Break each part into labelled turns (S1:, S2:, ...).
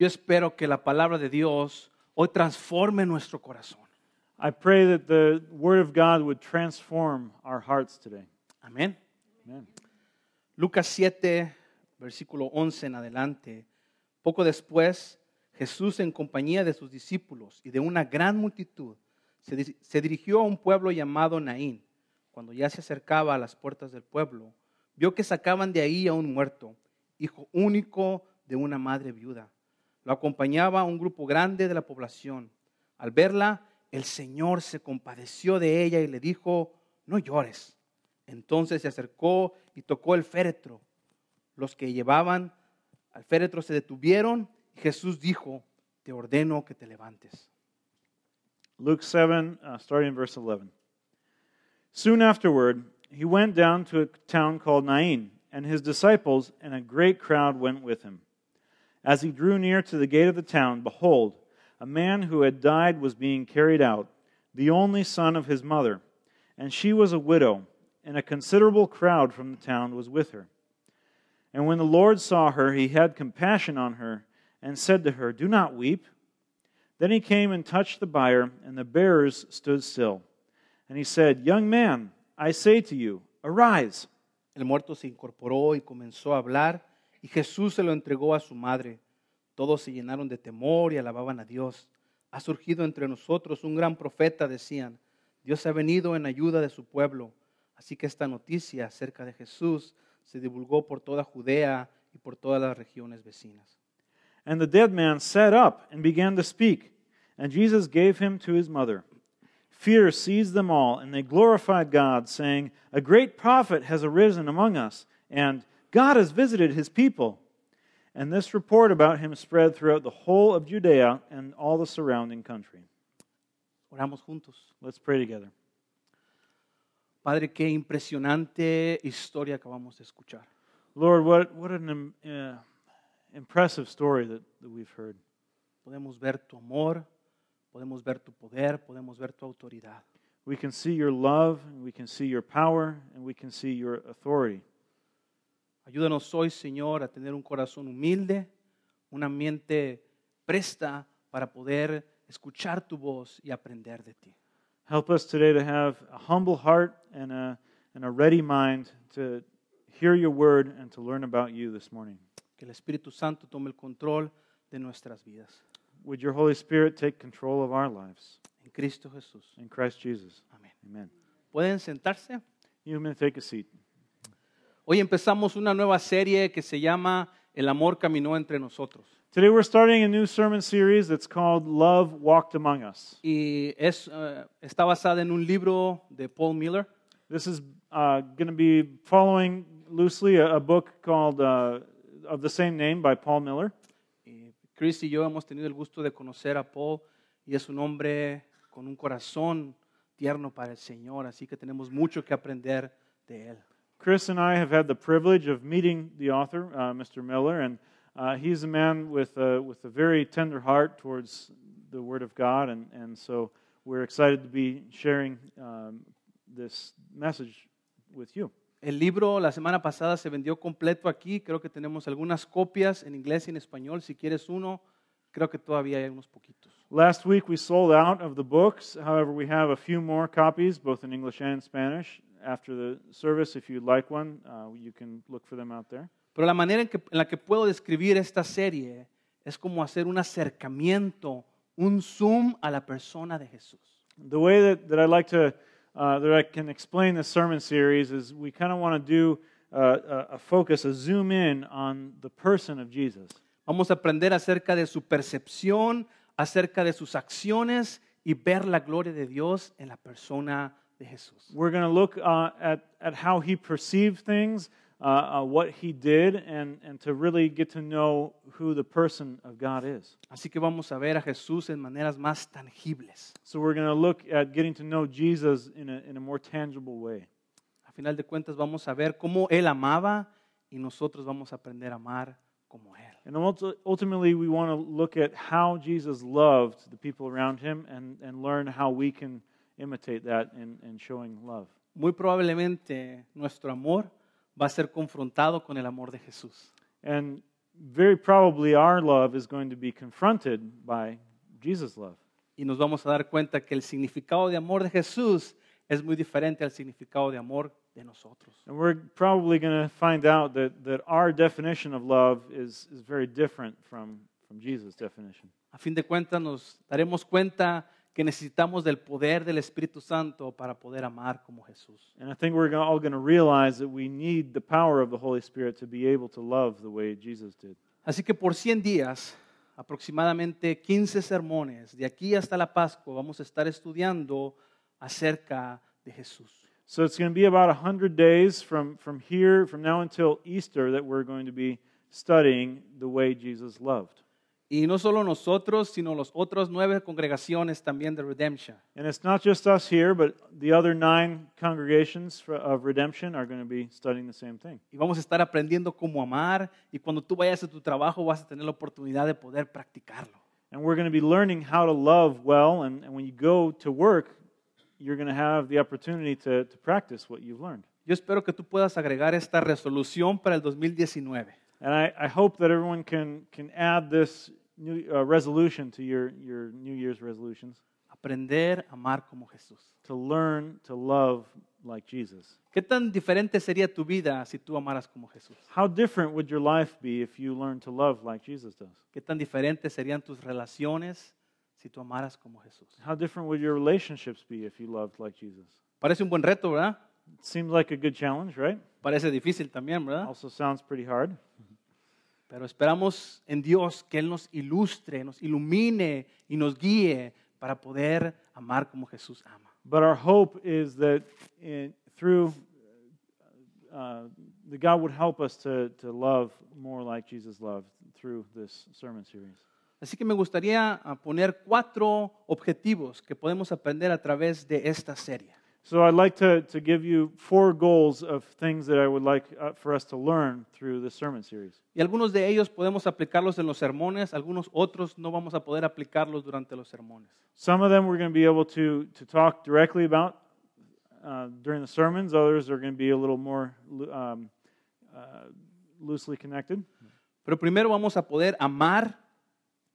S1: Yo espero que la palabra de Dios hoy transforme nuestro corazón.
S2: I pray that the Word of God would transform our hearts today.
S1: Amén.
S2: Amen.
S1: Lucas 7, versículo 11 en adelante. Poco después, Jesús en compañía de sus discípulos y de una gran multitud se, di- se dirigió a un pueblo llamado Naín. Cuando ya se acercaba a las puertas del pueblo, vio que sacaban de ahí a un muerto, hijo único de una madre viuda. Lo acompañaba un grupo grande de la población. Al verla, el Señor se compadeció de ella y le dijo, no llores. Entonces se acercó y tocó el féretro. Los que llevaban al féretro se detuvieron y Jesús dijo, te ordeno que te levantes.
S2: Luke 7, uh, starting in verse 11. Soon afterward, he went down to a town called Nain, and his disciples and a great crowd went with him. As he drew near to the gate of the town, behold, a man who had died was being carried out, the only son of his mother, and she was a widow, and a considerable crowd from the town was with her. And when the Lord saw her, he had compassion on her, and said to her, Do not weep. Then he came and touched the bier, and the bearers stood still. And he said, Young man, I say to you, arise.
S1: El muerto se incorporó y comenzó a hablar y Jesús se lo entregó a su madre. Todos se llenaron de temor y alababan a Dios. Ha surgido entre nosotros un gran profeta, decían. Dios ha venido en ayuda de su pueblo. Así que esta noticia acerca de Jesús se divulgó por toda Judea y por todas las regiones vecinas.
S2: And the dead man sat up and began to speak. And Jesus gave him to his mother. Fear seized them all, and they glorified God, saying, A great prophet has arisen among us, and God has visited his people. And this report about him spread throughout the whole of Judea and all the surrounding country.
S1: Oramos juntos.
S2: Let's pray together.
S1: Padre, qué impresionante historia acabamos de escuchar.
S2: Lord, what, what an im- uh, impressive story that, that we've heard.
S1: Podemos ver tu amor, podemos ver tu poder, podemos ver tu autoridad.
S2: We can see your love, and we can see your power, and we can see your authority.
S1: Ayúdanos hoy, Señor, a tener un corazón humilde, una mente presta para poder escuchar tu voz y aprender de ti.
S2: Help us today to have a humble heart and a, and a ready mind to hear your word and to learn about you this morning.
S1: Que el Espíritu Santo tome el control de nuestras vidas.
S2: Would your Holy Spirit take control of our lives?
S1: En Cristo Jesús.
S2: In Christ Jesus.
S1: Amén.
S2: Amen.
S1: ¿Pueden sentarse?
S2: You may take a seat.
S1: Hoy empezamos una nueva serie que se llama El amor caminó entre nosotros.
S2: Today we're starting a new sermon series that's called Love Walked Among Us.
S1: Y es, eh, está basada en un libro de Paul Miller.
S2: This is uh, going to be following loosely a, a book called uh, of the same name by Paul Miller.
S1: Eh, Chris y yo hemos tenido el gusto de conocer a Paul y es un hombre con un corazón tierno para el Señor, así que tenemos mucho que aprender de él.
S2: Chris and I have had the privilege of meeting the author, uh, Mr. Miller, and uh, he's a man with a, with a very tender heart towards the Word of God, and, and so we're excited to be sharing um, this message with you.
S1: El libro la semana pasada se vendió completo aquí, creo que tenemos algunas copias en inglés y en español, si quieres uno, creo que todavía hay unos poquitos.
S2: Last week we sold out of the books. However, we have a few more copies, both in English and Spanish. After the service, if you'd like one, uh, you can look for them out there.
S1: Pero la manera en, que- en la que puedo describir esta serie es como hacer un acercamiento, un zoom a la persona de Jesús.
S2: The way that, that I like to, uh, that I can explain this sermon series is we kind of want to do uh, a, a focus, a zoom in on the person of Jesus.
S1: Vamos a aprender acerca de su percepción, acerca de sus acciones y ver la gloria de Dios en la persona de Jesús.
S2: We're going to look uh, at, at how he perceived things, uh, uh, what he did, and, and to really get to know who the person of God is.
S1: Así que vamos a ver a Jesús en maneras más tangibles.
S2: So we're going to look at getting to know Jesus in a, in a more tangible way.
S1: A final de cuentas vamos a ver cómo Él amaba y nosotros vamos a aprender a amar como Él.
S2: And ulti- ultimately, we want to look at how Jesus loved the people around him and, and learn how we can imitate that in, in showing love.
S1: Muy probablemente nuestro amor va a ser confrontado con el amor de Jesús.
S2: And very probably our love is going to be confronted by Jesus' love.
S1: y nos vamos a dar cuenta que el significado de amor de Jesús es muy diferente al significado de amor de nosotros.
S2: And we're probably going to find out that, that our definition of love is, is very different from, from Jesus' definition.
S1: A fin de cuentas nos daremos cuenta que necesitamos del poder del Espíritu Santo para poder amar como Jesús.
S2: And I think we're gonna- all going to realize that we need the power of the Holy Spirit to be able to love the way Jesus did.
S1: Así que por 100 días, aproximadamente 15 sermones, de aquí hasta la Pascua, vamos a estar estudiando acerca de Jesús.
S2: So it's going to be about 100 days from, from here, from now until Easter, that we're going to be studying the way Jesus loved.
S1: Y no solo nosotros, sino los otros nueve congregaciones también de Redemption.
S2: And it's not just us here, but the other nine congregations for, of redemption are going to be studying the same thing.
S1: Y vamos a estar aprendiendo cómo amar y cuando tú vayas a tu trabajo vas a tener la oportunidad de poder practicarlo.
S2: And we're going to be learning how to love well. And, and when you go to work, you're going to have the opportunity to, to practice what you've learned.
S1: Yo espero que tú puedas agregar esta resolución para el 2019.
S2: And I, I hope that everyone can, can add this new uh, resolution to your, your New Year's resolutions
S1: Aprender a amar como Jesús.
S2: to learn to love like Jesus.
S1: ¿Qué tan diferente sería tu vida si tú amaras como Jesús?
S2: How different would your life be if you learned to love like Jesus does?
S1: ¿Qué tan diferentes serían tus relaciones si tú amaras como Jesús?
S2: How different would your relationships be if you loved like Jesus?
S1: Parece un buen reto, ¿verdad?
S2: It seems like a good challenge, right?
S1: Parece difícil también, ¿verdad?
S2: Also sounds pretty hard.
S1: Pero esperamos en Dios que Él nos ilustre, nos ilumine y nos guíe para poder amar como Jesús ama.
S2: But our hope is that in, through uh, that God would help us to, to love more like Jesus loved through this sermon series.
S1: Así que me gustaría ah, poner cuatro objetivos que podemos aprender a través de esta serie.
S2: So I'd like to, to give you four goals of things that I would like uh, for us to learn through this sermon series.
S1: Y algunos de ellos podemos aplicarlos en los sermones, algunos otros no vamos a poder aplicarlos durante los sermones.
S2: Some of them we're going to be able to, to talk directly about uh, during the sermons. Others are going to be a little more loo- um, uh, loosely connected.
S1: Pero primero vamos a poder amar,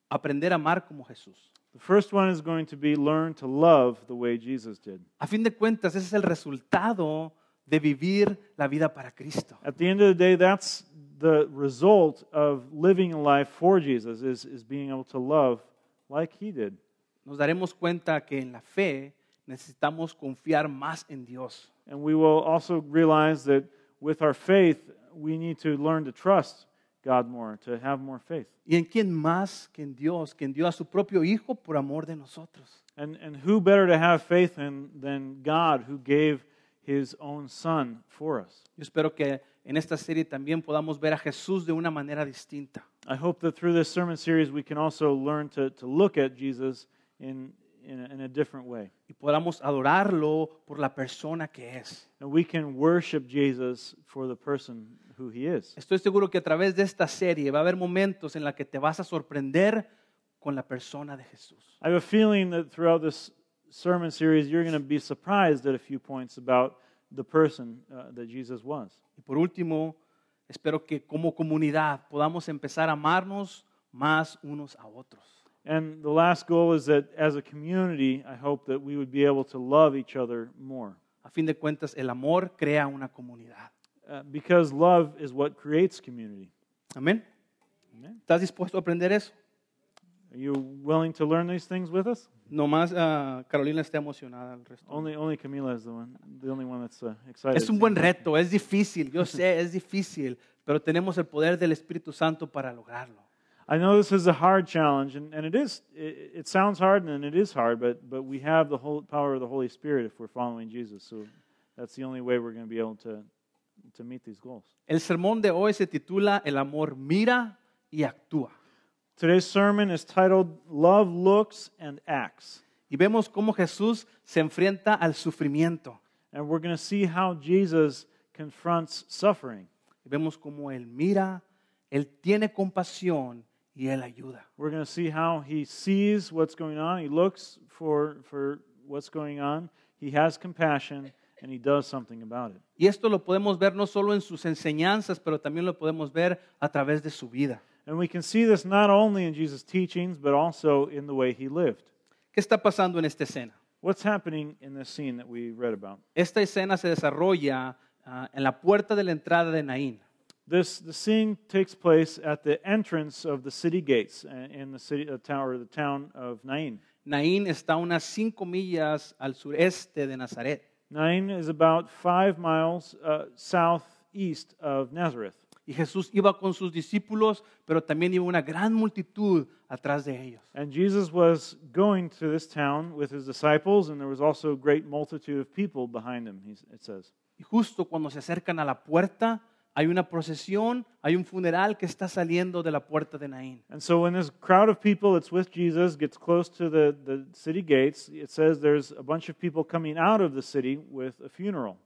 S1: aprender a amar como Jesús.
S2: The first one is going to be learn to love the way Jesus did.
S1: A fin de cuentas, ese es el resultado de vivir la vida para Cristo.
S2: At the end of the day, that's the result of living a life for Jesus is, is being able to love like he did.
S1: Nos daremos cuenta que en la fe necesitamos confiar más en Dios.
S2: And we will also realize that with our faith, we need to learn to trust God more, to have more faith.
S1: ¿Y en quién más que en Dios, quien dio a su propio Hijo por amor de nosotros?
S2: And, and who better to have faith in than God who gave his own son for us?
S1: Yo espero que en esta serie también podamos ver a Jesús de una manera distinta.
S2: I hope that through this sermon series, we can also learn to, to look at Jesus in, in, a, in a different way.
S1: y podamos adorarlo por la persona que es.
S2: And we can worship Jesus for the person who he is.
S1: Estoy seguro que a través de esta serie va a haber momentos en los que te vas a sorprender con la persona de Jesús.
S2: I have a feeling that throughout this sermon series, you're going to be surprised at a few points about the person uh, that Jesus was.
S1: Y por último, espero que como comunidad podamos empezar a amarnos más unos a otros.
S2: And the last goal is that as a community, I hope that we would be able to love each other more.
S1: A fin de cuentas, el amor crea una comunidad.
S2: Uh, because love is what creates community.
S1: Amén.
S2: Amen.
S1: ¿Estás dispuesto a aprender eso?
S2: Are you willing to learn these things with us?
S1: Nomás ah, Carolina está emocionada al resto.
S2: Only, only Camila is the one, the only one that's uh, excited.
S1: Es un buen reto, es difícil, yo sé, es difícil, pero tenemos el poder del Espíritu Santo para lograrlo.
S2: I know this is a hard challenge, and, and it is. It, it sounds hard, and it is hard, but but we have the whole power of the Holy Spirit if we're following Jesus. So that's the only way we're going to be able to to meet these goals.
S1: El sermón de hoy se titula El amor mira y actúa.
S2: Today's sermon is titled "Love Looks and Acts,"
S1: Y vemos cómo Jesús se enfrenta al sufrimiento.
S2: and we're going to see how Jesus confronts suffering.
S1: Y vemos cómo Él mira, Él tiene compasión y Él ayuda.
S2: We're going to see how he sees what's going on. He looks for, for what's going on. He has compassion and he does something about it.
S1: Y esto lo podemos ver no solo en sus enseñanzas, pero también lo podemos ver a través de su vida.
S2: And we can see this not only in Jesus' teachings, but also in the way he lived.
S1: ¿Qué está pasando en esta escena?
S2: What's happening in this scene that we read about?
S1: Esta escena se desarrolla ah, en la puerta de la entrada de Naín.
S2: This the scene takes place at the entrance of the city gates uh, in the city uh, town or the town of Nain.
S1: Naín está a unas cinco millas al sureste de Nazaret
S2: Nain is about five miles uh, southeast of Nazareth,
S1: y Jesús iba con sus discípulos, pero también iba una gran multitud atrás de ellos.
S2: and Jesus was going to this town with his disciples, and there was also a great multitude of people behind him. he's- It says.
S1: Y justo cuando se acercan a la puerta, hay una procesión, hay un funeral que está saliendo de la puerta de Naín.
S2: And so when this crowd of people that's with Jesus gets close to the, the city gates, it says there's a bunch of people coming out of the city with a funeral.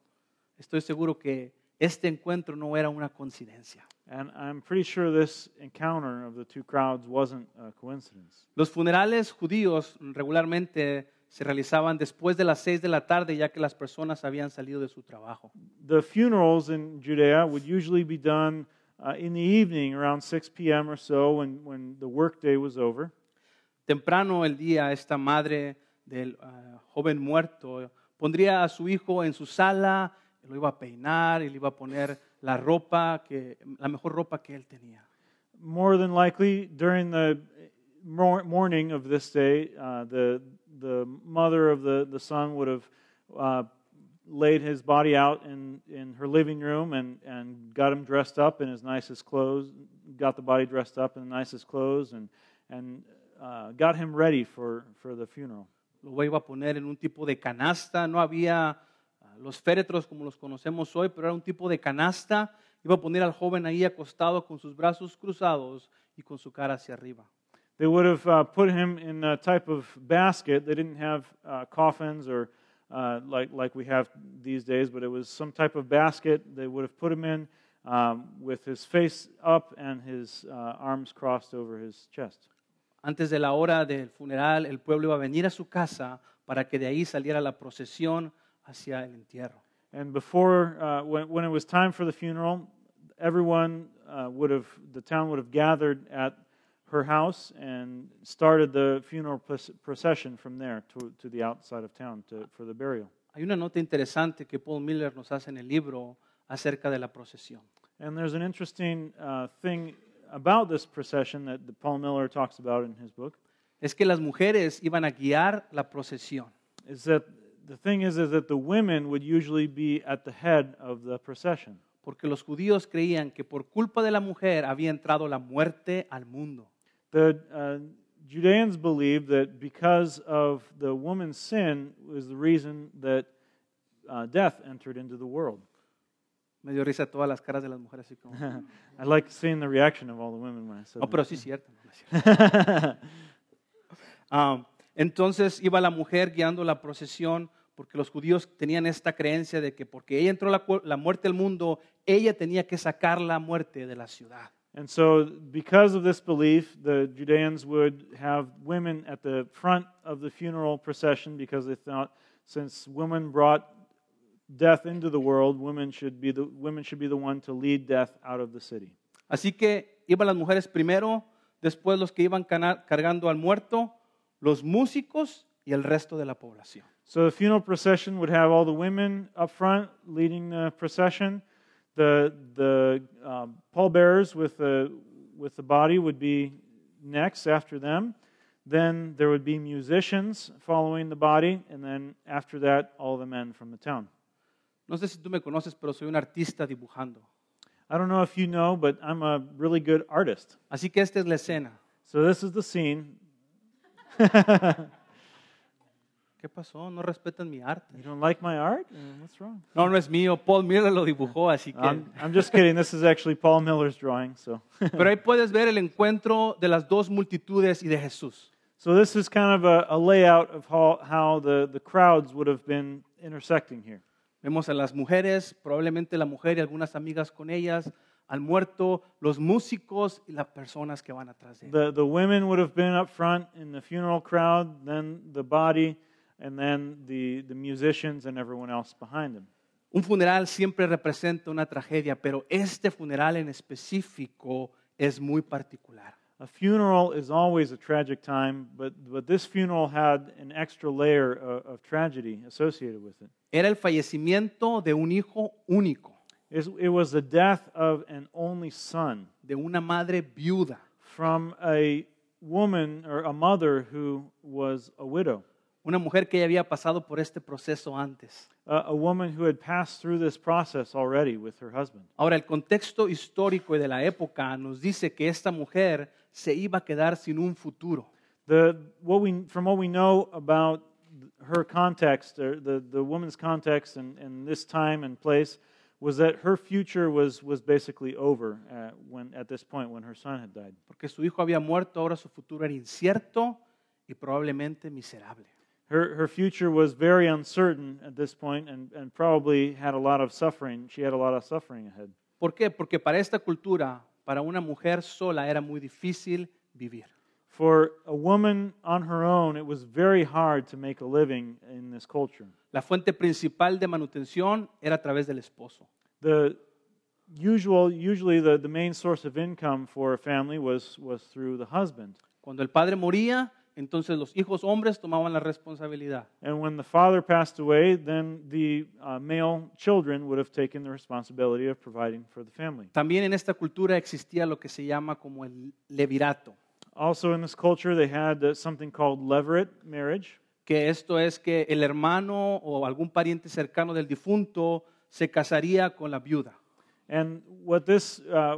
S1: Estoy seguro que este encuentro no era una coincidencia.
S2: And I'm pretty sure this encounter of the two crowds wasn't a coincidence.
S1: Los funerales judíos regularmente se realizaban después de las seis de la tarde, ya que las personas habían salido de su trabajo.
S2: The funerals in Judea would usually be done uh, in the evening around 6 p.m. or so when, when the workday was over.
S1: Temprano el día, esta madre del ah, joven muerto pondría a su hijo en su sala, lo iba a peinar y le iba a poner la ropa, que, la mejor ropa que él tenía.
S2: More than likely, during the mor- morning of this day, uh, the, the mother of the, the son would have uh, laid his body out in, in her living room and, and got him dressed up in his nicest clothes, got the body dressed up in the nicest clothes, and, and uh, got him ready for, for the funeral.
S1: Lo iba a poner en un tipo de canasta, no había ah, los féretros como los conocemos hoy, pero era un tipo de canasta. Iba a poner al joven ahí acostado con sus brazos cruzados y con su cara hacia arriba.
S2: They would have uh, put him in a type of basket. They didn't have uh, coffins or uh, like, like we have these days, but it was some type of basket they would have put him in um, with his face up and his uh, arms crossed over his chest.
S1: Antes de la hora del funeral, el pueblo iba a venir a su casa para que de ahí saliera la procesión hacia el entierro.
S2: And before, uh, when, when it was time for the funeral, everyone uh, would have, the town would have gathered at her house and started the funeral proce- procession from there to, to the outside of town to, for the burial.
S1: Hay una nota interesante que Paul Miller nos hace en el libro acerca de la procesión.
S2: And there's an interesting uh, thing about this procession that that Paul Miller talks about in his book
S1: Es que las mujeres iban a guiar la procesión.
S2: is that the thing is, is that the women would usually be at the head of the procession
S1: porque los judíos creían que por culpa de la mujer había entrado la muerte al mundo.
S2: the uh, Judeans believed that because of the woman's sin was the reason that uh, death entered into the world.
S1: Me dio risa todas las caras de las mujeres. Así como,
S2: I like seeing the reaction of all the women when I said
S1: no, pero sí es cierto. no, no es cierto.
S2: that.
S1: Ah, entonces iba la mujer guiando la procesión porque los judíos tenían esta creencia de que porque ella entró la, cu- la muerte al mundo, ella tenía que sacar la muerte de la ciudad.
S2: And so, because of this belief, the Judeans would have women at the front of the funeral procession because they thought since women brought death into the world, women should be the, women should be the one to lead death out of the city.
S1: Así que iban las mujeres primero, después los que iban cana- cargando al muerto, los músicos y el resto de la población.
S2: So, the funeral procession would have all the women up front leading the procession. The, the um, pallbearers with the, with the body would be next after them. Then there would be musicians following the body, and then after that, all the men from the town.
S1: No sé si tú me conoces, pero soy un artista dibujando.
S2: I don't know if you know, but I'm a really good artist.
S1: Así que esta es la escena.
S2: So this is the scene.
S1: ¿Qué pasó? No respetan mi arte.
S2: You don't like my art? Uh, What's wrong?
S1: No, no es mío. Paul Miller lo dibujó, así que.
S2: I'm, I'm just kidding. This is actually Paul Miller's drawing. So,
S1: Pero ahí puedes ver el encuentro de las dos multitudes y de Jesús.
S2: so this is kind of a, a layout of how, how the, the crowds would have been intersecting here.
S1: Vemos a las mujeres, probablemente la mujer y algunas amigas con ellas, al muerto, los músicos y las personas que van atrás de él.
S2: The, the women would have been up front in the funeral crowd, then the body, and then the, the musicians and everyone else behind them.
S1: Un funeral siempre representa una tragedia, pero este funeral en específico es muy particular.
S2: A funeral is always a tragic time, but, but this funeral had an extra layer of, of tragedy associated with it.
S1: Era el fallecimiento de un hijo único,
S2: It's- It was the death of an only son
S1: de una madre viuda,
S2: from a woman or a mother who was a widow,
S1: una mujer que ya había pasado por este proceso antes.
S2: a, a woman who had passed through this process already with her husband.
S1: Ahora, el contexto histórico y de la época nos dice que esta mujer se iba a quedar sin un futuro.
S2: The, what we, from what we know about her context, or the, the woman's context and, and this time and place, was that her future was, was basically over at, when, at this point when her son had died.
S1: porque su hijo había muerto, ahora su futuro era incierto y probablemente miserable.
S2: Her, her future was very uncertain at this point and, and probably had a lot of suffering. She had a lot of suffering ahead.
S1: ¿Por qué? Porque para esta cultura, para una mujer sola era muy difícil vivir.
S2: For a woman on her own, it was very hard to make a living in this culture.
S1: La fuente principal de manutención era a través del esposo.
S2: The usual, usually the, the main source of income for a family was, was through the husband.
S1: Cuando el padre moría, entonces los hijos hombres tomaban la responsabilidad.
S2: And when the father passed away, then the uh, male children would have taken the responsibility of providing for the family.
S1: También en esta cultura existía lo que se llama como el levirato,
S2: Also, in this culture, they had uh, something called leveret marriage.
S1: que esto es que el hermano o algún pariente cercano del difunto se casaría con la viuda.
S2: And what this uh,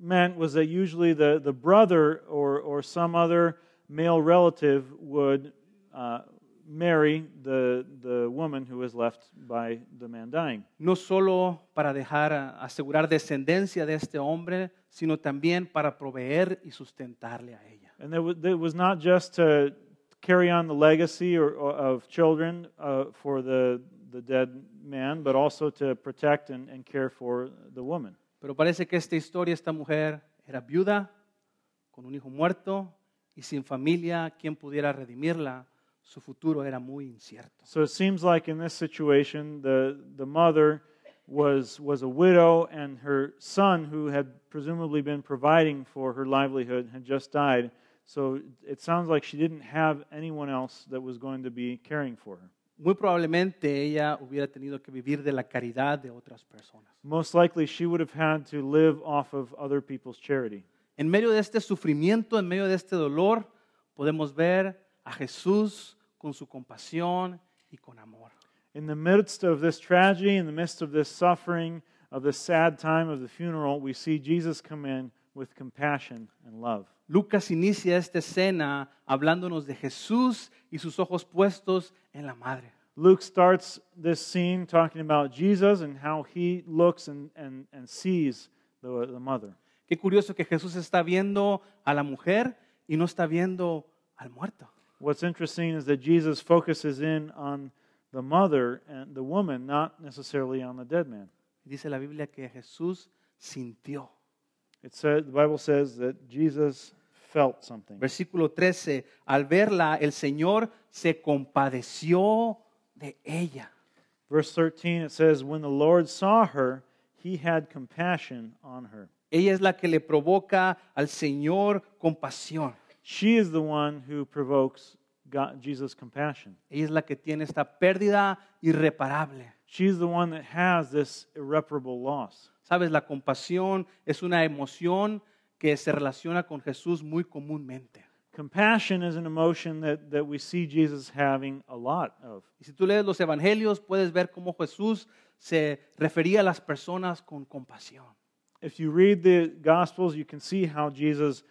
S2: meant was that usually the, the brother or, or some other male relative would uh, marry the, the woman who was left by the man dying.
S1: no solo para dejar a- asegurar descendencia de este hombre, sino también para proveer y sustentarle a ella.
S2: And there was, it was not just to carry on the legacy or, or of children uh, for the, the dead man, but also to protect and, and care for the woman.
S1: Pero parece que esta historia, esta mujer era viuda, con un hijo muerto y sin familia, quien pudiera redimirla, su futuro era muy incierto.
S2: So it seems like in this situation, the, the mother was, was a widow, and her son, who had presumably been providing for her livelihood, had just died. So it sounds like she didn't have anyone else that was going to be caring for her.
S1: Muy probablemente ella hubiera tenido que vivir de la caridad de otras personas.
S2: Most likely, she would have had to live off of other people's charity.
S1: En medio de este sufrimiento, en medio de este dolor, podemos ver a Jesús con su compasión y con amor.
S2: In the midst of this tragedy, in the midst of this suffering, of this sad time of the funeral, we see Jesus come in with compassion and love.
S1: Lucas inicia esta escena hablándonos de Jesús y sus ojos puestos en la madre.
S2: Luke starts this scene talking about Jesus and how he looks and, and, and sees the, the mother.
S1: Qué curioso que Jesús está viendo a la mujer y no está viendo al muerto.
S2: What's interesting is that Jesus focuses in on the mother and the woman, not necessarily on the dead man.
S1: Dice la Biblia que Jesús sintió.
S2: It said, the Bible says that Jesus felt something.
S1: Versículo 13, al verla el Señor se compadeció de ella.
S2: Verse 13, it says, When the Lord saw her, he had compassion on her.
S1: Ella es la que le provoca al Señor compasión.
S2: She is the one who provokes God, Jesus' compassion.
S1: Ella es la que tiene esta pérdida irreparable.
S2: She's the one that has this irreparable loss.
S1: Sabes, la compasión es una emoción que se relaciona con Jesús muy comúnmente.
S2: Compassion is an emotion that, that we see Jesus having a lot of.
S1: Y si tú lees los evangelios, puedes ver cómo Jesús se refería a las personas con compasión.
S2: If you read the Gospels, you can see how Jesus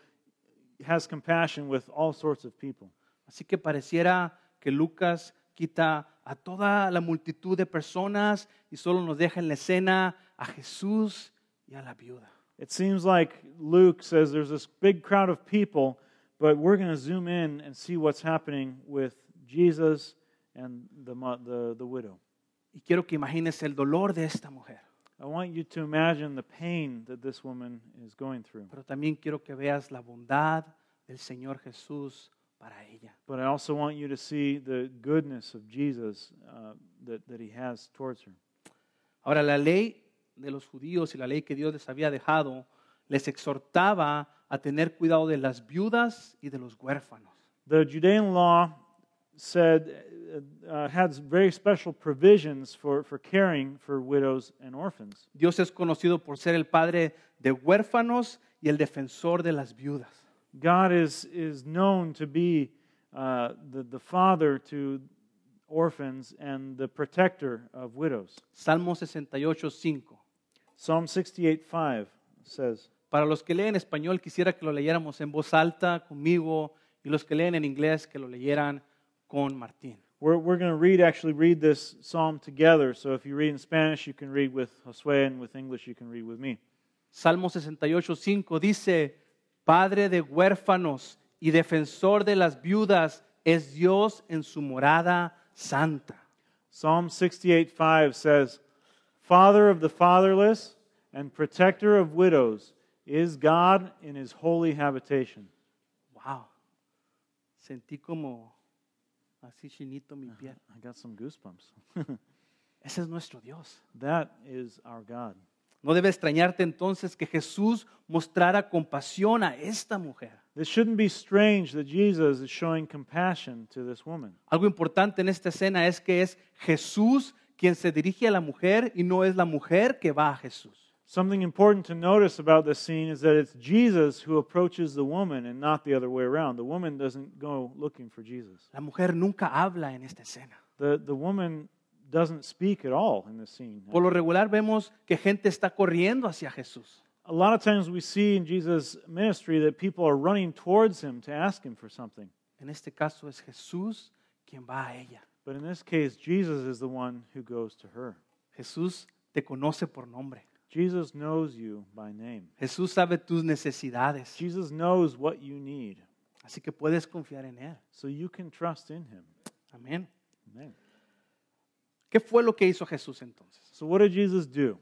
S2: has compassion with all sorts of people.
S1: Así que pareciera que Lucas quita a toda la multitud de personas y solo nos deja en la escena a Jesús y a la viuda.
S2: It seems like Luke says there's this big crowd of people, but we're going to zoom in and see what's happening with Jesus and the, mo- the, the widow.
S1: Y quiero que imagines el dolor de esta mujer,
S2: I want you to imagine the pain that this woman is going through,
S1: pero también quiero que veas la bondad del Señor Jesús para ella.
S2: but I also want you to see the goodness of Jesus uh, that, that he has towards her.
S1: Ahora, la ley de los judíos y la ley que Dios les había dejado les exhortaba a tener cuidado de las viudas y de los huérfanos.
S2: The Judean law said uh, had very special provisions for, for caring for widows and orphans.
S1: Dios es conocido por ser el padre de huérfanos y el defensor de las viudas.
S2: God is is known to be uh, the the father to orphans and the protector of widows.
S1: Salmo 68, 5.
S2: Psalm 68:5 says,
S1: Para los que leen español, quisiera que lo leyéramos en voz alta conmigo y los que leen en inglés, que lo leyeran con Martín.
S2: we're, we're going to read actually read this psalm together. So if you read in Spanish, you can read with Josue, and with English, you can read with me.
S1: Salmo 68, 5 dice, Padre de huérfanos y defensor de las viudas es Dios en su morada santa.
S2: Psalm 68:5 says, "Father of the fatherless and protector of widows is God in His holy habitation."
S1: Wow. Sentí como así chinito mi piel.
S2: I got some goosebumps.
S1: Ese es nuestro Dios.
S2: that is our God.
S1: No debe extrañarte entonces que Jesús mostrara compasión a esta mujer.
S2: This shouldn't be strange that Jesus is showing compassion to this woman.
S1: Algo importante en esta escena es que es Jesús quien se dirige a la mujer y no es la mujer que va a Jesús.
S2: Something important to notice about this scene is that it's Jesus who approaches the woman and not the other way around. The woman doesn't go looking for Jesus.
S1: La mujer nunca habla en esta escena.
S2: The, the woman doesn't speak at all in this scene.
S1: Por lo regular vemos que gente está corriendo hacia Jesús.
S2: A lot of times we see in Jesus' ministry that people are running towards him to ask him for something.
S1: En este caso es Jesús quien va a ella.
S2: But in this case, Jesus is the one who goes to her.
S1: Jesús te conoce por nombre.
S2: Jesus knows you by name,
S1: Jesús sabe tus necesidades.
S2: Jesus knows what you need,
S1: Así que puedes confiar en Él.
S2: so you can trust in him.
S1: Amén.
S2: Amen.
S1: ¿Qué fue lo que hizo Jesús entonces?
S2: So, what did Jesus do?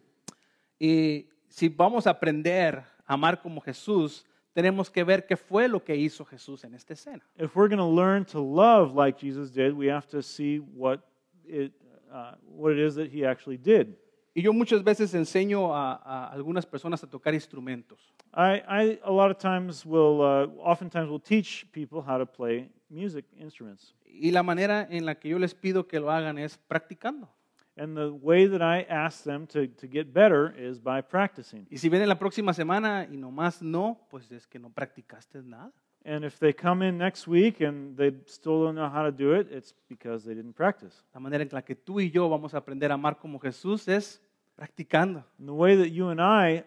S1: Y si vamos a aprender a amar como Jesús, tenemos que ver qué fue lo que hizo Jesús en esta escena.
S2: If we're going to learn to love like Jesus did, we have to see what it, uh, what it is that he actually did.
S1: Y yo muchas veces enseño a, a algunas personas a tocar instrumentos.
S2: I, I a lot of times will, uh, oftentimes will teach people how to play music instruments.
S1: Y la manera en la que yo les pido que lo hagan es practicando.
S2: And the way that I ask them to, to get better is by practicing.
S1: Y si vienen la próxima semana y nomás no, pues es que no practicaste nada.
S2: And if they come in next week and they still don't know how to do it, it's because they didn't practice.
S1: La manera en la que tú y yo vamos a aprender a amar como Jesús es practicando.
S2: And the way that you and I,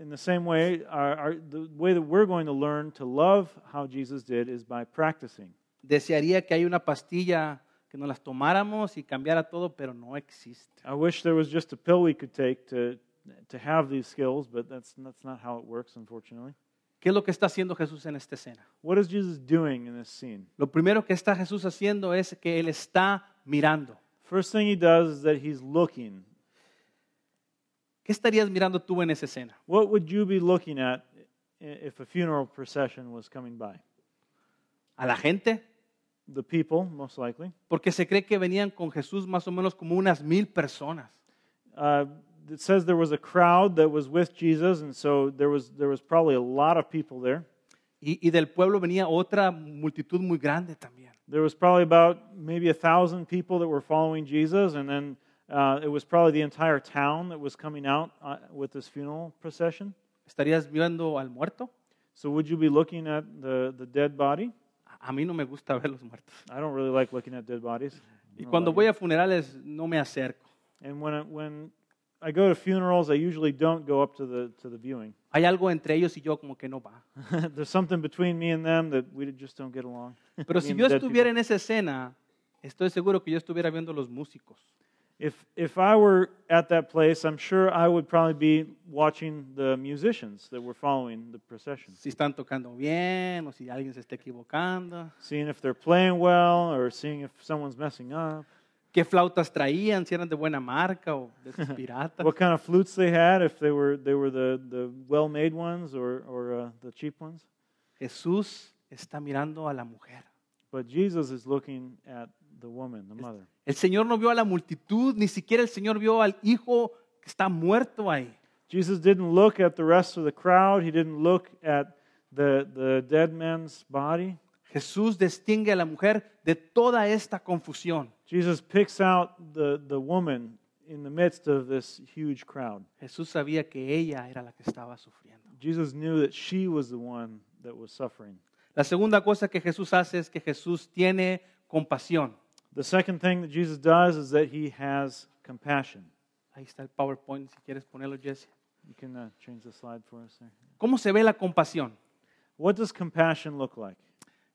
S2: in the same way, are, are the way that we're going to learn to love how Jesus did is by practicing.
S1: Desearía que haya una pastilla que nos las tomáramos y cambiara todo, pero no existe.
S2: I wish there was just a pill we could take to to have these skills, but that's that's not how it works, unfortunately.
S1: ¿Qué es lo que está haciendo Jesús en esta escena?
S2: What is Jesus doing in this scene?
S1: Lo primero que está Jesús haciendo es que Él está mirando.
S2: First thing he does is that he's looking.
S1: ¿Qué estarías mirando tú en esa escena?
S2: What would you be looking at i- if a funeral procession was coming by?
S1: ¿A la gente?
S2: The people, most likely.
S1: Porque se cree que venían con Jesús más o menos como unas mil personas.
S2: Uh, it says there was a crowd that was with Jesus, and so there was there was probably a lot of people there.
S1: Y, y del pueblo venía otra multitud muy grande también.
S2: There was probably about maybe a thousand people that were following Jesus, and then uh, it was probably the entire town that was coming out uh, with this funeral procession.
S1: ¿Estarías mirando al muerto?
S2: So would you be looking at the, the dead body?
S1: A a mí no me gusta ver los muertos.
S2: I don't really like looking at dead bodies.
S1: Y cuando voy a funerales no me acerco.
S2: And when I, when I go to funerals, I usually don't go up to the to the viewing.
S1: Hay algo entre ellos y yo como que no va.
S2: Ah, There's something between me and them that we just don't get along.
S1: Pero
S2: Me
S1: si
S2: and
S1: yo
S2: the dead
S1: estuviera en esa escena, estoy seguro que yo estuviera viendo los músicos.
S2: If if I were at that place, I'm sure I would probably be watching the musicians that were following the procession,
S1: Si están tocando bien o si alguien se está equivocando.
S2: seeing if they're playing well or seeing if someone's messing up,
S1: ¿Qué flautas traían? Si eran de buena marca o de esos piratas.
S2: what kind of flutes they had, if they were they were the the well-made ones or or uh, the cheap ones.
S1: Jesús está mirando a la mujer.
S2: But Jesus is looking at the woman, the mother.
S1: El Señor no vio a la multitud, ni siquiera el Señor vio al hijo que está muerto ahí.
S2: Jesus didn't look at the rest of the crowd, he didn't look at the, the dead man's body.
S1: Jesús distingue a la mujer de toda esta confusión.
S2: Jesus picks out the, the woman in the midst of this huge crowd.
S1: Jesús sabía que ella era la que estaba sufriendo.
S2: Jesus knew that she was the one that was suffering.
S1: La segunda cosa que Jesús hace es que Jesús tiene compasión.
S2: The second thing that Jesus does is that he has compassion.
S1: Ahí está el PowerPoint, si quieres ponerlo, Jesse.
S2: You can uh, change the slide for us there.
S1: ¿Cómo se ve la compasión?
S2: What does compassion look like?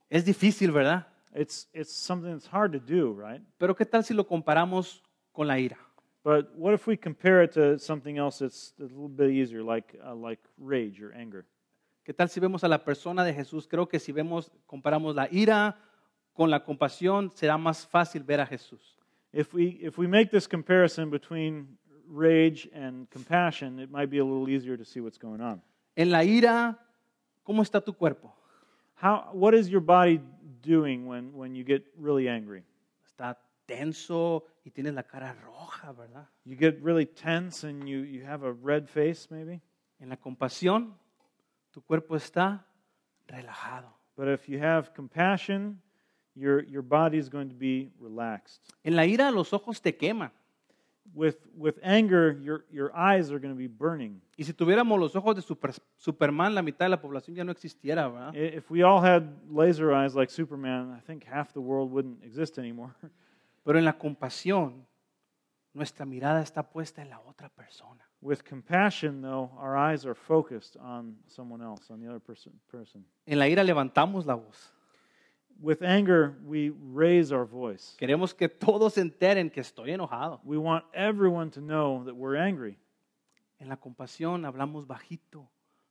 S1: Es difícil, ¿verdad?
S2: It's, it's something that's hard to do, right?
S1: Pero ¿qué tal si lo comparamos con la ira?
S2: But what if we compare it to something else that's a little bit easier, like, uh, like rage or anger?
S1: ¿Qué tal si vemos a la persona de Jesús? Creo que si vemos, comparamos la ira con la compasión, será más fácil ver a Jesús.
S2: If we, if we make this comparison between rage and compassion, it might be a little easier to see what's going on.
S1: En la ira, ¿cómo está tu cuerpo?
S2: How, what is your body doing when, when you get really angry?
S1: Está tenso y tienes la cara roja, ¿verdad?
S2: You get really tense and you, you have a red face, maybe?
S1: En la compasión, tu cuerpo está relajado.
S2: But if you have compassion, your, your body is going to be relaxed.
S1: En la ira, los ojos te queman.
S2: With, with anger, your, your eyes are going to be burning.
S1: Y si tuviéramos los ojos de Super- Superman, la mitad de la población ya no existiera, ¿verdad?
S2: I- If we all had laser eyes like Superman, I think half the world wouldn't exist anymore.
S1: Pero en la compasión, nuestra mirada está puesta en la otra persona.
S2: With compassion, though, our eyes are focused on someone else, on the other person. person.
S1: En la ira levantamos la voz.
S2: With anger, we raise our voice.
S1: Queremos que todos se enteren que estoy enojado.
S2: We want everyone to know that we're angry.
S1: En la compasión hablamos bajito,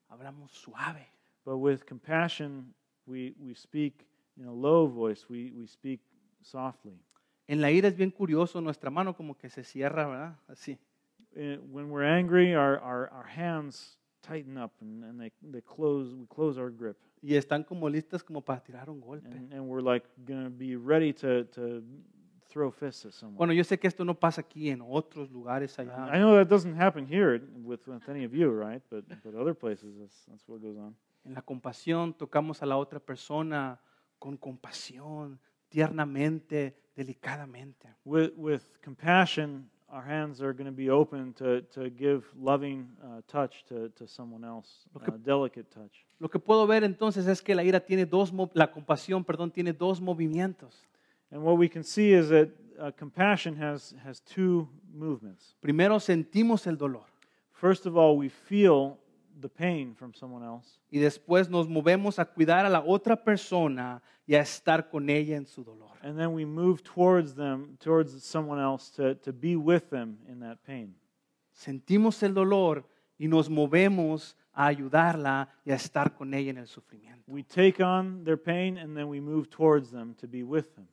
S1: hablamos suave.
S2: But with compassion, we, we speak in a low voice, we, we speak softly.
S1: En la ira es bien curioso, nuestra mano como que se cierra, ¿verdad? Así.
S2: Eh, When we're angry, our, our, our hands tighten up and, and they, they close, we close our grip.
S1: Y están como listas como para tirar un golpe.
S2: And, and we're like going to be ready to, to throw fists at someone.
S1: Bueno, yo sé que esto no pasa aquí en otros lugares
S2: I
S1: allá.
S2: know that doesn't happen here with, with any of you, right? But, but other places, that's, that's what goes on.
S1: En la compasión tocamos a la otra persona con compasión, tiernamente, delicadamente.
S2: With, with compassion, our hands are going to be open to, to give loving uh, touch to, to someone else,
S1: Lo que-
S2: uh, delicate touch.
S1: Lo que puedo ver entonces es que la ira tiene dos, mo- la compasión, perdón, tiene dos movimientos.
S2: And what we can see is that uh, compassion has, has two movements.
S1: Primero sentimos el dolor
S2: First of all, we feel the pain from someone else,
S1: y después nos movemos a cuidar a la otra persona y a estar con ella en su dolor.
S2: and then we move towards them, towards someone else to, to be with them in that pain.
S1: Sentimos el dolor y nos movemos a ayudarla y a estar con ella en el sufrimiento.
S2: We take on their pain and then we move towards them to be with them.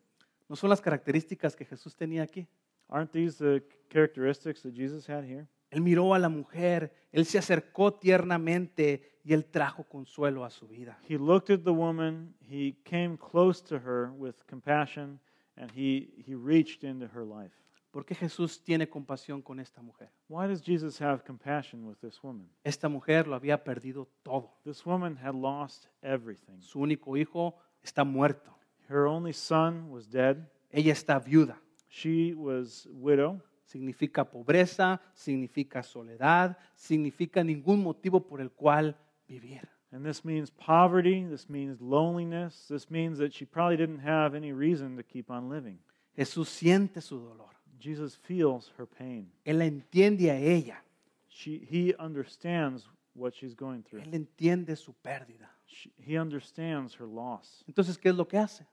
S1: ¿No son las características que Jesús tenía aquí?
S2: Aren't these the characteristics that Jesus had here?
S1: Él miró a la mujer, él se acercó tiernamente y él trajo consuelo a su vida.
S2: He looked at the woman, he came close to her with compassion, and he, he reached into her life.
S1: ¿Por qué Jesús tiene compasión con esta mujer?
S2: Why does Jesus have compassion with this woman?
S1: Esta mujer lo había perdido todo.
S2: This woman had lost everything.
S1: Su único hijo está muerto.
S2: Her only son was dead.
S1: Ella está viuda.
S2: She was widow.
S1: Significa pobreza, significa soledad, significa ningún motivo por el cual vivir.
S2: And this means poverty. This means loneliness. This means that she probably didn't have any reason to keep on living.
S1: Jesús siente su dolor.
S2: Jesus feels her pain.
S1: Él la entiende a ella.
S2: She, he understands what she's going through.
S1: Él entiende su pérdida.
S2: She, he understands her loss.
S1: Entonces, ¿qué es lo que hace?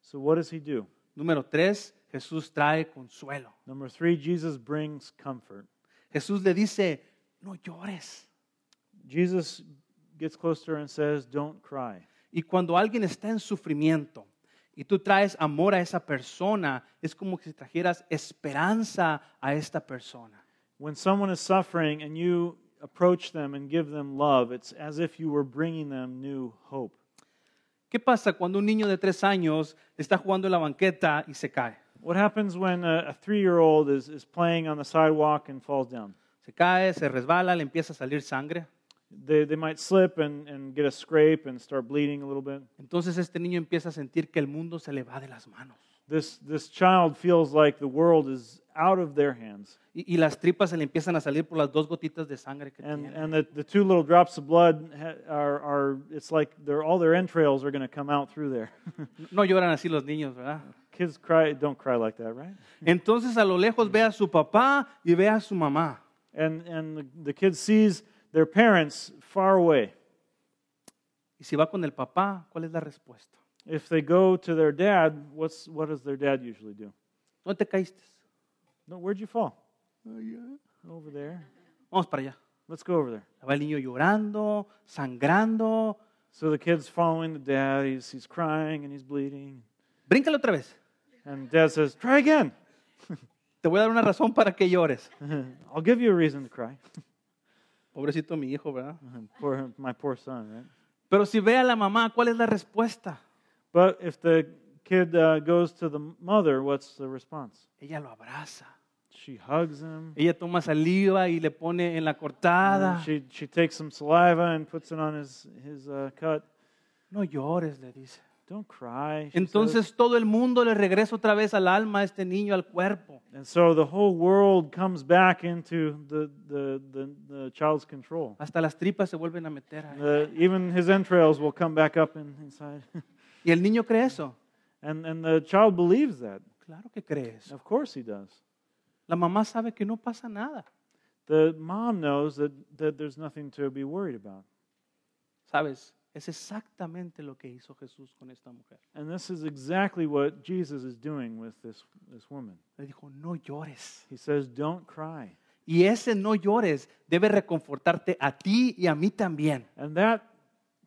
S2: So, what does he do?
S1: Número tres, Jesús trae consuelo.
S2: Number three, Jesus brings comfort.
S1: Jesús le dice, no llores.
S2: Jesus gets close to her and says, Don't cry.
S1: Y cuando alguien está en sufrimiento y tú traes amor a esa persona, es como que si trajeras esperanza a esta persona.
S2: When someone is suffering and you approach them and give them love, it's as if you were bringing them new hope.
S1: ¿Qué pasa cuando un niño de tres años está jugando en la banqueta y se cae?
S2: What happens when a, a three year old is, is playing on the sidewalk and falls down?
S1: Se Se cae, se resbala, le empieza a salir sangre.
S2: They, they might slip and, and get a scrape and start bleeding a little bit.
S1: Entonces este niño empieza a sentir que el mundo se le va de las manos
S2: This, this child feels like the world is out of their hands.
S1: y, y las tripas se le empiezan a salir por las dos gotitas de sangre que
S2: And,
S1: tiene.
S2: and the, the two little drops of blood ha, are, are, it's like they're, all their entrails are going to come out through there.
S1: No lloran así los niños, ¿verdad?
S2: Kids cry, don't cry like that, right?
S1: Entonces a lo lejos ve a su papá y ve a su mamá.
S2: And, and the, the kid sees their parents far away.
S1: Y si va con el papá, ¿cuál es la respuesta?
S2: If they go to their dad, what's, what does their dad usually do?
S1: ¿Dónde te caíste?
S2: No, where'd you fall? Over there.
S1: Vamos para allá.
S2: Let's go over there.
S1: Va el niño llorando, sangrando.
S2: So the kid's following the dad. He's, he's crying and he's bleeding.
S1: Bríncale otra vez.
S2: And dad says, Try again.
S1: Te voy a dar una razón para que llores.
S2: I'll give you a reason to cry.
S1: Pobrecito mi hijo, ¿verdad?
S2: poor, my poor son, right?
S1: Pero si ve a la mamá, ¿cuál es la respuesta?
S2: But if the kid uh, goes to the mother, what's the response?
S1: Ella lo abraza.
S2: She hugs him.
S1: Ella toma saliva y le pone en la cortada.
S2: She, she takes some saliva and puts it on his, his uh, cut.
S1: No llores, le dice.
S2: Don't cry. she says.
S1: Entonces todo el mundo le regresa otra vez al alma a este niño, al cuerpo.
S2: And so the whole world comes back into the, the, the, the child's control.
S1: Hasta las tripas se vuelven a meter. ahí.
S2: The, Uh, even his entrails will come back up in, inside.
S1: ¿Y el niño cree eso?
S2: and, and the child believes that.
S1: Claro que cree eso.
S2: Of course he does.
S1: La mamá sabe que no pasa nada.
S2: The mom knows that, that there's nothing to be worried about.
S1: ¿Sabes? Es exactamente lo que hizo Jesús con esta mujer.
S2: And this is exactly what Jesus is doing with this, this woman.
S1: Le dijo, no llores.
S2: He says, Don't cry.
S1: Y ese no llores debe reconfortarte a ti y a mí también.
S2: And that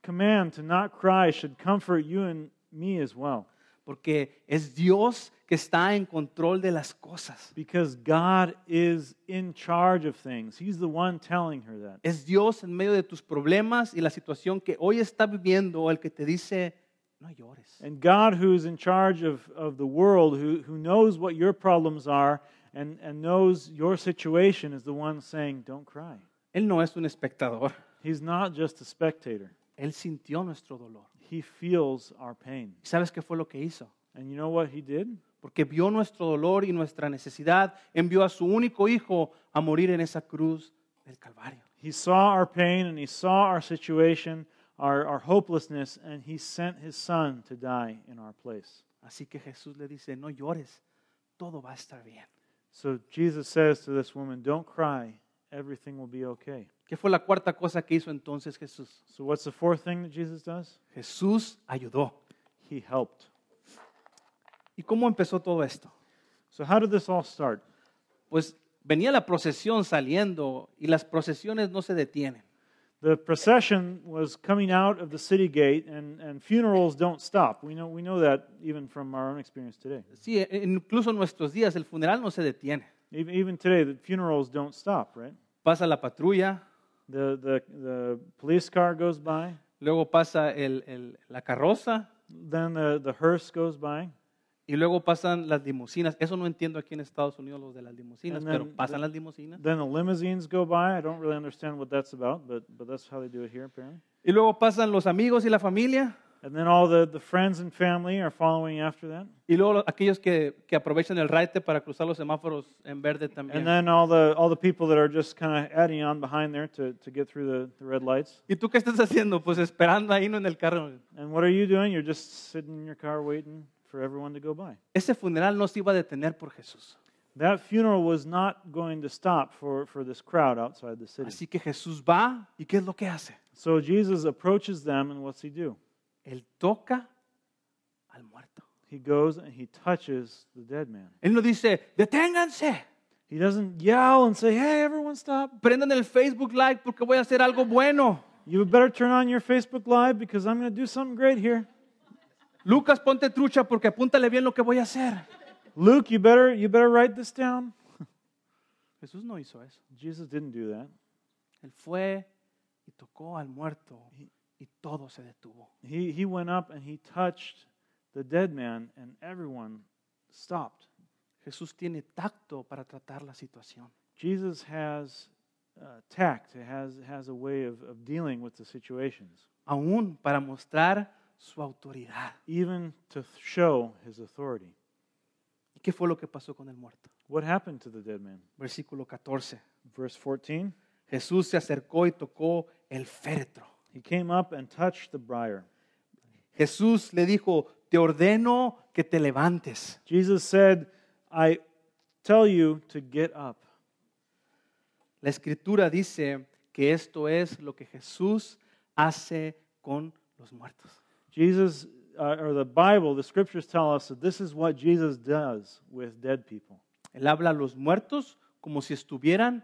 S2: command to not cry should comfort you and me as well.
S1: Porque es Dios que está en control de las cosas.
S2: Because God is in charge of things. He's the one telling her that.
S1: Es Dios en medio de tus problemas y la situación que hoy está viviendo el que te dice, no llores.
S2: And God, who's in charge of, of the world, who, who knows what your problems are and, and knows your situation, is the one saying, Don't cry.
S1: Él no es un espectador.
S2: He's not just a spectator,
S1: Él sintió nuestro dolor.
S2: He feels our pain.
S1: ¿Y sabes qué fue lo que hizo?
S2: And you know what He did?
S1: Porque vio nuestro dolor y nuestra necesidad, envió a su único hijo a morir en esa cruz del Calvario.
S2: He saw our pain and He saw our situation, our, our hopelessness, and He sent His Son to die in our place.
S1: Así que Jesús le dice, no llores, todo va a estar bien.
S2: So Jesus says to this woman, Don't cry, everything will be okay.
S1: ¿Qué fue la cuarta cosa que hizo entonces Jesús?
S2: So, what's the fourth thing that Jesus does?
S1: Jesús ayudó.
S2: He helped.
S1: ¿Y cómo empezó todo esto?
S2: So, how did this all start?
S1: Pues venía la procesión saliendo y las procesiones no se detienen.
S2: The procession was coming out of the city gate, and, and funerals don't stop. We know, we know that even from our own experience today.
S1: Sí, e- incluso en nuestros días el funeral no se detiene.
S2: Even, even today, the funerals don't stop, right?
S1: Pasa la patrulla,
S2: The, the, the police car goes by,
S1: luego pasa el- el- la carroza
S2: then the, the hearse goes by,
S1: y luego pasan las limusinas. Eso no entiendo aquí en Estados Unidos los de las limusinas,
S2: And then
S1: pero pasan
S2: the-
S1: las limusinas.
S2: then the limousines go by. I don't really understand what that's about, but, but that's how they do it here, apparently.
S1: Y luego pasan los amigos y la familia.
S2: And then all the, the friends and family are following after that.
S1: Y luego lo- aquellos que, que aprovechan el raite para cruzar los semáforos en verde también.
S2: And then all the all the people that are just kind of adding on behind there to, to get through the, the red lights.
S1: ¿Y tú qué estás haciendo? Pues esperando ahí no en el carro.
S2: And what are you doing? You're just sitting in your car waiting for everyone to go by.
S1: Ese funeral no se iba a detener por Jesús.
S2: That funeral was not going to stop for, for this crowd outside the city.
S1: Así que Jesús va y ¿qué es lo que hace?
S2: So Jesus approaches them and what's he do?
S1: Él toca al muerto.
S2: He goes and he touches the dead man.
S1: Él no dice, deténganse,
S2: He doesn't yell and say, Hey everyone stop.
S1: prendan el Facebook Live porque voy a hacer algo bueno.
S2: You better turn on your Facebook Live because I'm gonna do something great here.
S1: Lucas, ponte trucha porque apúntale bien lo que voy a hacer.
S2: Luke, you better you better write this down.
S1: Jesús no hizo eso.
S2: Jesus didn't do that.
S1: Él fue y tocó al muerto y todo se detuvo.
S2: He, he went up and he touched the dead man, and everyone stopped.
S1: Jesús tiene tacto para tratar la situación.
S2: Jesus has uh, tact. It has, has a way of, of dealing with the situations,
S1: aún para mostrar su autoridad.
S2: even to th- show his authority.
S1: ¿Y qué fue lo que pasó con el muerto?
S2: What happened to the dead man?
S1: Versículo 14.
S2: Verse 14
S1: Jesús se acercó y tocó el féretro.
S2: He came up and touched the briar.
S1: Jesús le dijo, te ordeno que te levantes.
S2: Jesus said, I tell you to get up.
S1: La escritura dice que esto es lo que Jesús hace con los muertos.
S2: Jesus, uh, or the Bible, the scriptures tell us that this is what Jesus does with dead people.
S1: Él habla a los muertos como si estuvieran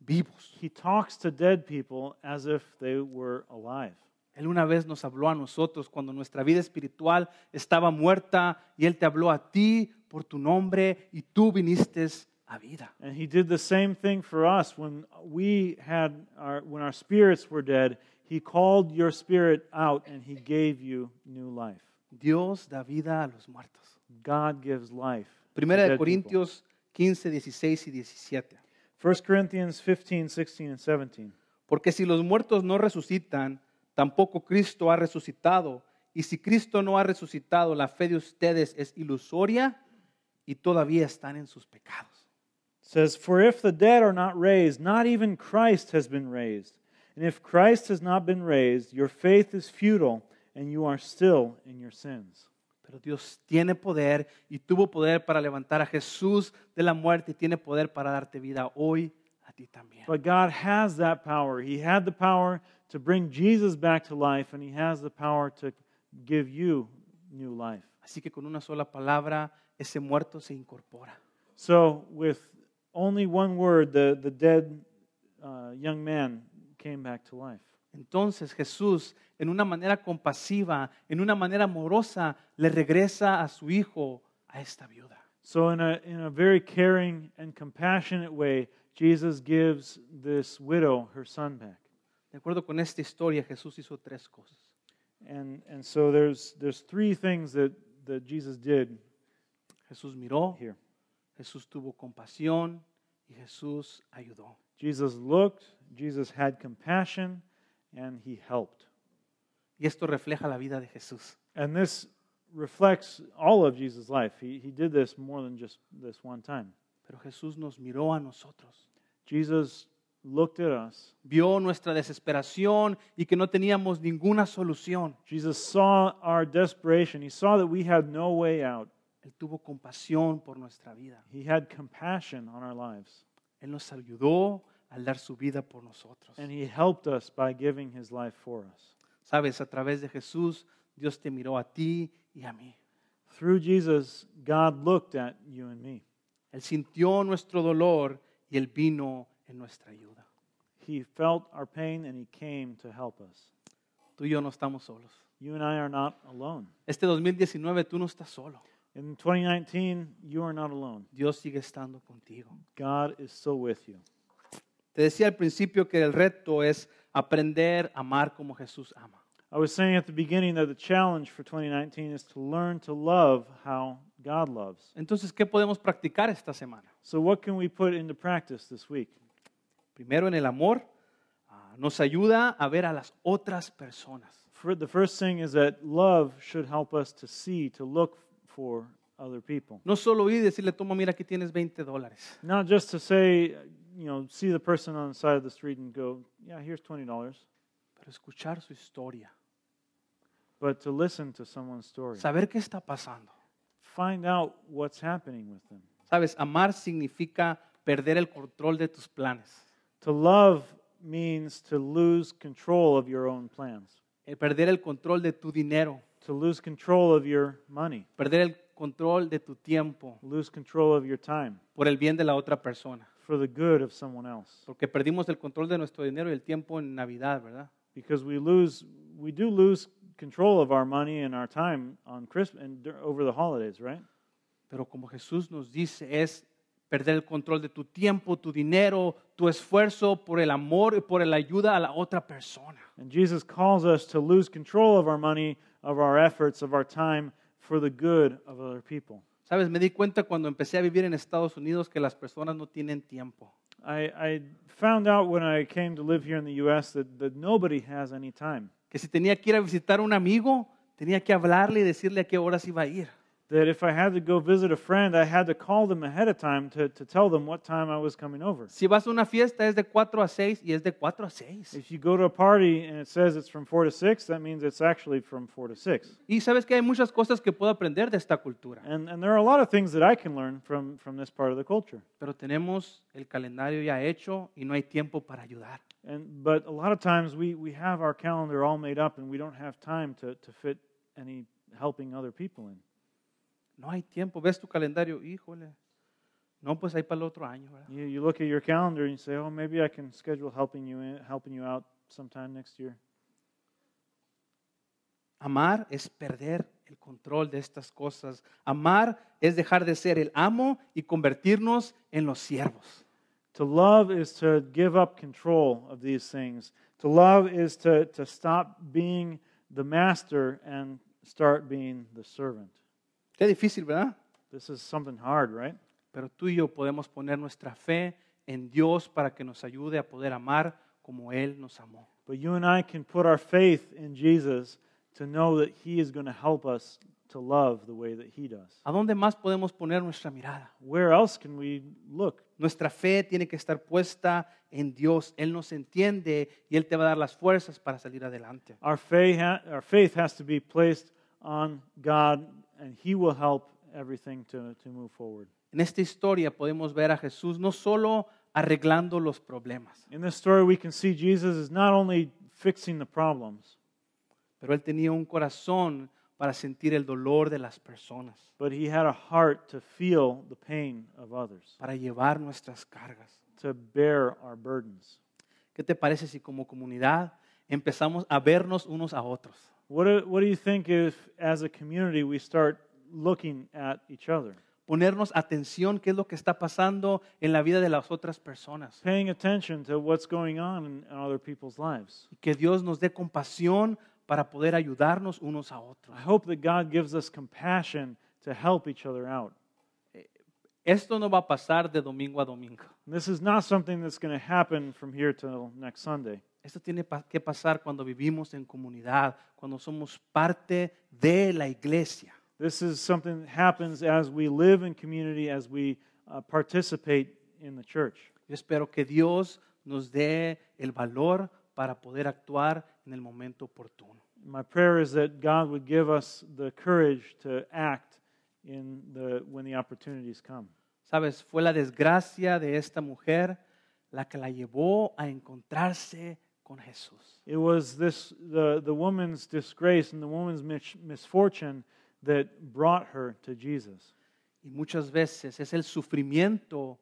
S1: vivos.
S2: He talks to dead people as if they were alive.
S1: Él una vez nos habló a nosotros cuando nuestra vida espiritual estaba muerta y Él te habló a ti por tu nombre y tú viniste a vida.
S2: And he did the same thing for us when we had our, when our spirits were dead. He called your spirit out and he gave you new life.
S1: Dios da vida a los muertos.
S2: God gives life. to
S1: Primera de
S2: dead people.
S1: Corintios 15, 16 y 17.
S2: 1 Corinthians 15, 16, and 17.
S1: Porque si los muertos no resucitan, tampoco Cristo ha resucitado. Y si Cristo no ha resucitado, la fe de ustedes es ilusoria y todavía están en sus pecados.
S2: says, For if the dead are not raised, not even Christ has been raised. And if Christ has not been raised, your faith is futile, and you are still in your sins.
S1: Pero Dios tiene poder y tuvo poder para levantar a Jesús de la muerte y tiene poder para darte vida hoy a ti también.
S2: But God has that power. He had the power to bring Jesus back to life, and He has the power to give you new life.
S1: Así que con una sola palabra, ese muerto se incorpora.
S2: So, with only one word, the, the dead uh, young man came back to life.
S1: Entonces Jesús, en una manera compasiva, en una manera amorosa, le regresa a su hijo, a esta viuda.
S2: So, in a, in a very caring and compassionate way, Jesus gives this widow her son back.
S1: De acuerdo con esta historia, Jesús hizo tres cosas.
S2: And, and so, there's, there's three things that, that Jesus did
S1: Jesús miró,
S2: here
S1: Jesús tuvo compasión y Jesús ayudó.
S2: Jesus looked, Jesus had compassion, and he helped.
S1: Y esto refleja la vida de Jesús.
S2: And this reflects all of Jesus' life. He, he did this more than just this one time.
S1: Pero Jesús nos miró a nosotros,
S2: Jesus looked at us,
S1: vio nuestra desesperación y que no teníamos ninguna solución.
S2: Jesus saw our desperation, he saw that we had no way out.
S1: Él tuvo compasión por nuestra vida.
S2: He had compassion on our lives.
S1: Él nos ayudó al dar su vida por nosotros.
S2: And he helped us by giving his life for us.
S1: Sabes, a través de Jesús, Dios te miró a ti y a mí.
S2: Through Jesus, God looked at you and me.
S1: Él sintió nuestro dolor y Él vino en nuestra ayuda.
S2: He felt our pain and he came to help us.
S1: Tú y yo no estamos solos.
S2: You and I are not alone.
S1: Este 2019 tú no estás solo.
S2: In 2019, you are not alone.
S1: Dios sigue estando contigo.
S2: God is still with you.
S1: Te decía al principio que el reto es aprender a amar como Jesús ama.
S2: I was saying at the beginning that the challenge for 2019 is to learn to love how God loves.
S1: Entonces, ¿qué podemos practicar esta semana?
S2: So, what can we put into practice this week?
S1: Primero, en el amor, ah, nos ayuda a ver a las otras personas.
S2: For the first thing is that love should help us to see, to look for other people.
S1: No solo ir y decirle, toma, mira, aquí tienes 20 dólares.
S2: Not just to say, you know, see the person on the side of the street and go, yeah, here's $20,
S1: Pero escuchar su historia,
S2: but to listen to someone's story.
S1: saber qué está pasando.
S2: Find out what's happening with them.
S1: Sabes, amar significa perder el control de tus planes,
S2: To love means to lose control of your own plans,
S1: eh, perder el control de tu dinero,
S2: to lose control of your money,
S1: perder el control de tu tiempo
S2: lose control of your time
S1: por el bien de la otra persona.
S2: for the good of someone else.
S1: Porque perdimos el control de nuestro dinero y el tiempo en Navidad, ¿verdad?
S2: Because we lose, we do lose control of our money and our time on Christmas and dur- over the holidays, right?
S1: Pero como Jesús nos dice, es perder el control de tu tiempo, tu dinero, tu esfuerzo por el amor y por la ayuda a la otra persona.
S2: And Jesus calls us to lose control of our money, of our efforts, of our time for the good of other people.
S1: Sabes, me di cuenta cuando empecé a vivir en Estados Unidos que las personas no tienen tiempo.
S2: I, I found out when I came to live here in the U.S. that, that nobody has any time.
S1: que si tenía que ir a visitar a un amigo, tenía que hablarle y decirle a qué horas iba a ir.
S2: That if I had to go visit a friend, I had to call them ahead of time to, to tell them what time I was coming over.
S1: Si vas a una fiesta es de 4 a 6 y es de 4 a 6.
S2: If you go to a party and it says it's from 4 to 6, that means it's actually from 4 to 6.
S1: Y sabes que hay muchas cosas que puedo aprender de esta cultura,
S2: And, and there are a lot of things that I can learn from, from this part of the culture.
S1: pero tenemos el calendario ya hecho y no hay tiempo para ayudar.
S2: And, but a lot of times we, we have our calendar all made up and we don't have time to, to fit any helping other people in.
S1: No hay tiempo, ves tu calendario, híjole. No, pues ahí para el otro año, ¿verdad?
S2: You, you look at your calendar and you say, oh, maybe I can schedule helping you, in, helping you out sometime next year.
S1: Amar es perder el control de estas cosas. Amar es dejar de ser el amo y convertirnos en los siervos.
S2: To love is to give up control of these things. To love is to, to stop being the master and start being the servant.
S1: Qué difícil, ¿verdad?
S2: This is something hard, right?
S1: Pero tú y yo podemos poner nuestra fe en Dios para que nos ayude a poder amar como Él nos amó.
S2: But you and I can put our faith in Jesus to know that He is going to help us to love the way that He does.
S1: ¿A dónde más podemos poner nuestra mirada?
S2: Where else can we look?
S1: Nuestra fe tiene que estar puesta en Dios. Él nos entiende y Él te va a dar las fuerzas para salir adelante.
S2: Our faith, ha- our faith has to be placed on God, and He will help everything to, to move forward.
S1: En esta historia podemos ver a Jesús no solo arreglando los problemas,
S2: In this story, we can see Jesus is not only fixing the problems,
S1: pero Él tenía un corazón para sentir el dolor de las personas,
S2: but He had a heart to feel the pain of others,
S1: para llevar nuestras cargas.
S2: to bear our burdens.
S1: ¿Qué te parece si como comunidad empezamos a vernos unos a otros?
S2: What do, what do you think if, as a community, we start looking at each other?
S1: ponernos atención qué es lo que está pasando en la vida de las otras personas.
S2: paying attention to what's going on in, in other people's lives.
S1: Y que Dios nos dé compasión para poder ayudarnos unos a otros.
S2: I hope that God gives us compassion to help each other out.
S1: Esto no va a pasar de domingo a domingo.
S2: And this is not something that's going to happen from here till next Sunday.
S1: Esto tiene pa- que pasar cuando vivimos en comunidad, cuando somos parte de la iglesia.
S2: This is something that happens as we live in community, as we uh, participate in the church.
S1: Yo espero que Dios nos dé el valor para poder actuar en el momento oportuno.
S2: My prayer is that God would give us the courage to act in the, when the opportunities come.
S1: Sabes, fue la desgracia de esta mujer la que la llevó a encontrarse con Jesús.
S2: It was this the, the woman's disgrace and the woman's mis- misfortune that brought her to Jesus.
S1: Y muchas veces es el sufrimiento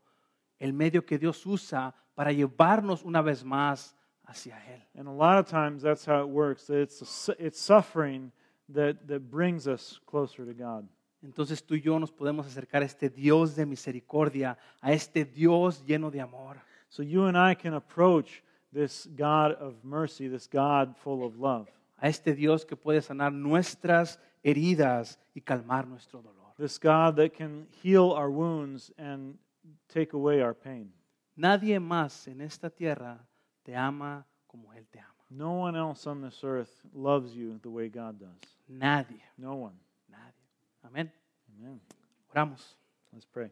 S1: el medio que Dios usa para llevarnos una vez más hacia Él.
S2: And a lot of times that's how it works. That it's the su- it's suffering that that brings us closer to God.
S1: Entonces tú y yo nos podemos acercar a este Dios de misericordia, a este Dios lleno de amor.
S2: So you and I can approach this God of mercy, this God full of love,
S1: A este Dios que puede sanar nuestras heridas y calmar nuestro dolor.
S2: this God that can heal our wounds and take away our pain.
S1: Nadie más en esta tierra te ama como Él te ama.
S2: No one else on this earth loves you the way God does.
S1: Nadie,
S2: No one.
S1: nadie. Amén.
S2: Amen.
S1: Oramos.
S2: Let's pray.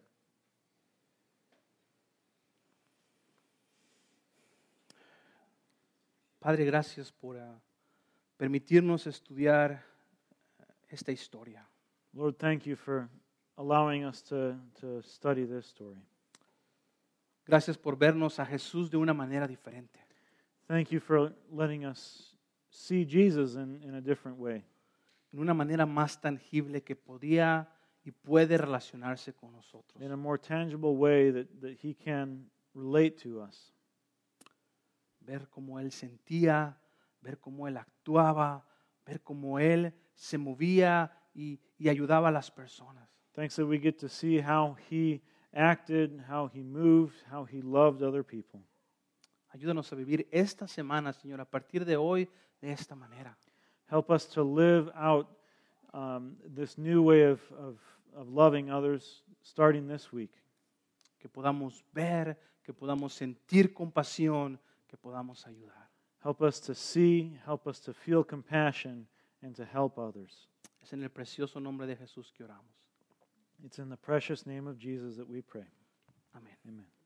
S1: Padre, gracias por ah, permitirnos estudiar eh, esta historia.
S2: Lord, thank you for allowing us to, to study this story.
S1: Gracias por vernos a Jesús de una manera diferente.
S2: Thank you for letting us see Jesus in, in a different way,
S1: en una manera más tangible que podía y puede relacionarse con
S2: in
S1: nosotros.
S2: a more tangible way that, that He can relate to us.
S1: Ver cómo Él sentía, ver cómo Él actuaba, ver cómo Él se movía y, y ayudaba a las personas.
S2: Thanks that we get to see how He acted, how He moved, how He loved other people.
S1: Ayúdanos a vivir esta semana, Señor, a partir de hoy, de esta manera.
S2: Help us to live out um, this new way of, of, of loving others starting this week,
S1: Que podamos ver, que podamos sentir compasión, que podamos ayudar.
S2: Help us to see, help us to feel compassion, and to help others.
S1: Es en el precioso nombre de Jesús que oramos.
S2: It's in the precious name of Jesus that we pray.
S1: Amén.
S2: Amen.